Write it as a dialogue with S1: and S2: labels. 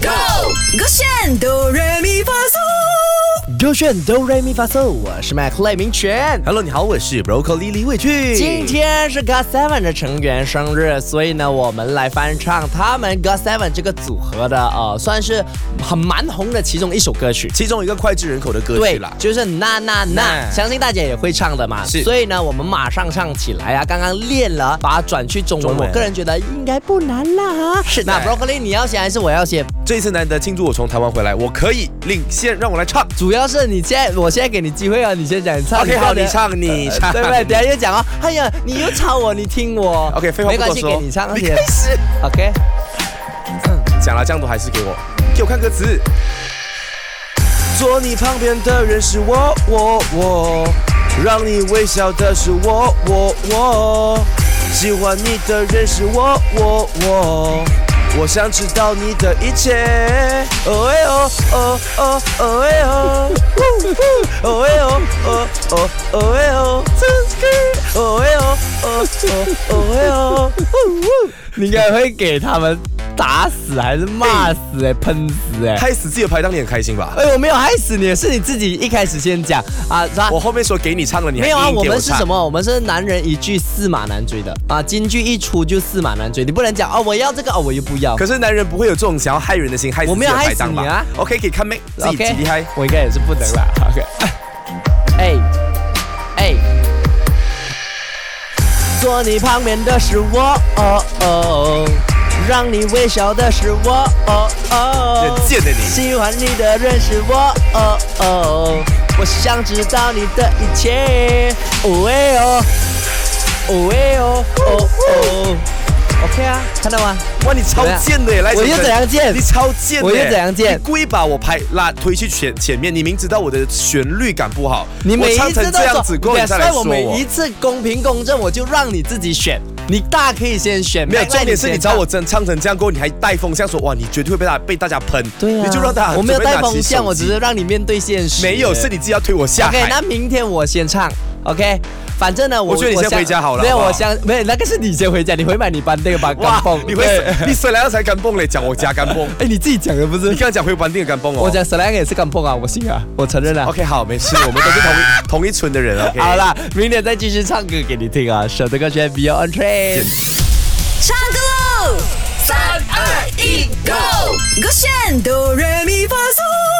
S1: Go！勾选哆来咪发嗦，
S2: 勾选哆瑞咪发嗦，我是麦克赖明全。
S3: Hello，你好，我是 Broccoli 李伟俊。
S2: 今天是 God Seven 的成员生日，所以呢，我们来翻唱他们 God Seven 这个组合的呃，算是很蛮红的其中一首歌曲。
S3: 其中一个脍炙人口的歌曲
S2: 对
S3: 啦，，
S2: 就是那那那，
S3: 那
S2: 相信大家也会唱的嘛。
S3: 是
S2: 所以呢，我们马上唱起来啊！刚刚练了，把它转去中文，
S3: 中文
S2: 我个人觉得应该不难啦。是
S3: 的
S2: 那 Broccoli 你要写还是我要写？
S3: 这次难得庆祝我从台湾回来，我可以领先，让我来唱。
S2: 主要是你现在，我现在给你机会啊，你先讲，你唱。
S3: OK，好，
S2: 的
S3: 哦你唱，你唱。
S2: 对不对？等下又讲哦，哎呀，你又吵我，你听我。
S3: OK，废话
S2: 没
S3: 不
S2: 关
S3: 多
S2: 系，
S3: 说，
S2: 给你唱。
S3: 你开始。
S2: OK，
S3: 讲了这样多还是给我，给我看歌词。坐你旁边的人是我，我我，让你微笑的是我，我我，喜欢你的人是我，我我，我想知道你的一切。哦哎哦哦哦哦哎哦，哦哎哦哦哦哦哎哦，哦哎哦哦哦哦哎 哦。
S2: 你应该会给他们打死还是骂死 哎、喷死哎、
S3: 害死自己的排档，你很开心吧？
S2: 哎，我没有害死你，是你自己一开始先讲啊，是吧？
S3: 我后面说给你唱了，你还
S2: 没有啊，
S3: 硬给
S2: 我们是
S3: 唱
S2: 什？么？我们是男人一句驷马难追的啊，金句一出就驷马难追，你不能讲哦，我要这个哦，我又不要。
S3: 可是男人不会有这种想要害人的心，害死
S2: 我没有
S3: 自己的
S2: 害死
S3: 排档吧
S2: 你啊
S3: OK，可以看妹自己
S2: OK，
S3: 几厉害。
S2: 我应该也是不能啦。OK，哎哎，坐你旁边的是我哦哦，让你微笑的是我哦哦，
S3: 很贱的你
S2: 喜欢你的人是我哦哦，我想知道你的一切哦喂哦哦喂哦哦哦，OK 啊，看到吗？
S3: 哇，你超贱的耶！来，
S2: 我又
S3: 陈晨
S2: 怎样贱
S3: 你超贱的耶！
S2: 我又怎样贱
S3: 你故意把我拍拉推去前前面，你明知道我的旋律感不好，
S2: 你每
S3: 我
S2: 一
S3: 唱
S2: 次
S3: 成
S2: 都
S3: 这样子过，你再来说
S2: 我每一
S3: 我。
S2: 次公平公正，我就让你自己选，你大可以先选。
S3: 没有，
S2: 麦麦
S3: 重点是你
S2: 先
S3: 找
S2: 唱
S3: 我。真唱成这样过，你还带风向说哇，你绝对会被大被大家喷，
S2: 对啊，
S3: 你就让大家
S2: 我没有
S3: 准备
S2: 带
S3: 拿起
S2: 风向，
S3: 手
S2: 我
S3: 机
S2: 只是让你面对现实。
S3: 没有，是你自己要推我下
S2: OK，
S3: 海。
S2: 那明天我先唱，OK。反正呢，我
S3: 我觉得你先
S2: 相
S3: 回家好了
S2: 没有，
S3: 好不好
S2: 我相没有，那个是你先回家，你回买你搬那个吧，钢
S3: 哇
S2: 蹦，，
S3: 你会
S2: 对
S3: 你谁来了才敢蹦嘞？讲我加干蹦。
S2: 哎，你自己讲的不是
S3: 你？刚刚讲回班定的干崩哦。
S2: 我讲 s l a 也是钢蹦啊，我信啊，我承认 了。
S3: OK，好，没事，我们都是同一 同一村的人。OK，
S2: 好啦，明天再继续唱歌给你听啊，舍得歌选 Beyond Train。
S1: 唱歌喽！三二一，Go！勾选哆来咪发嗦。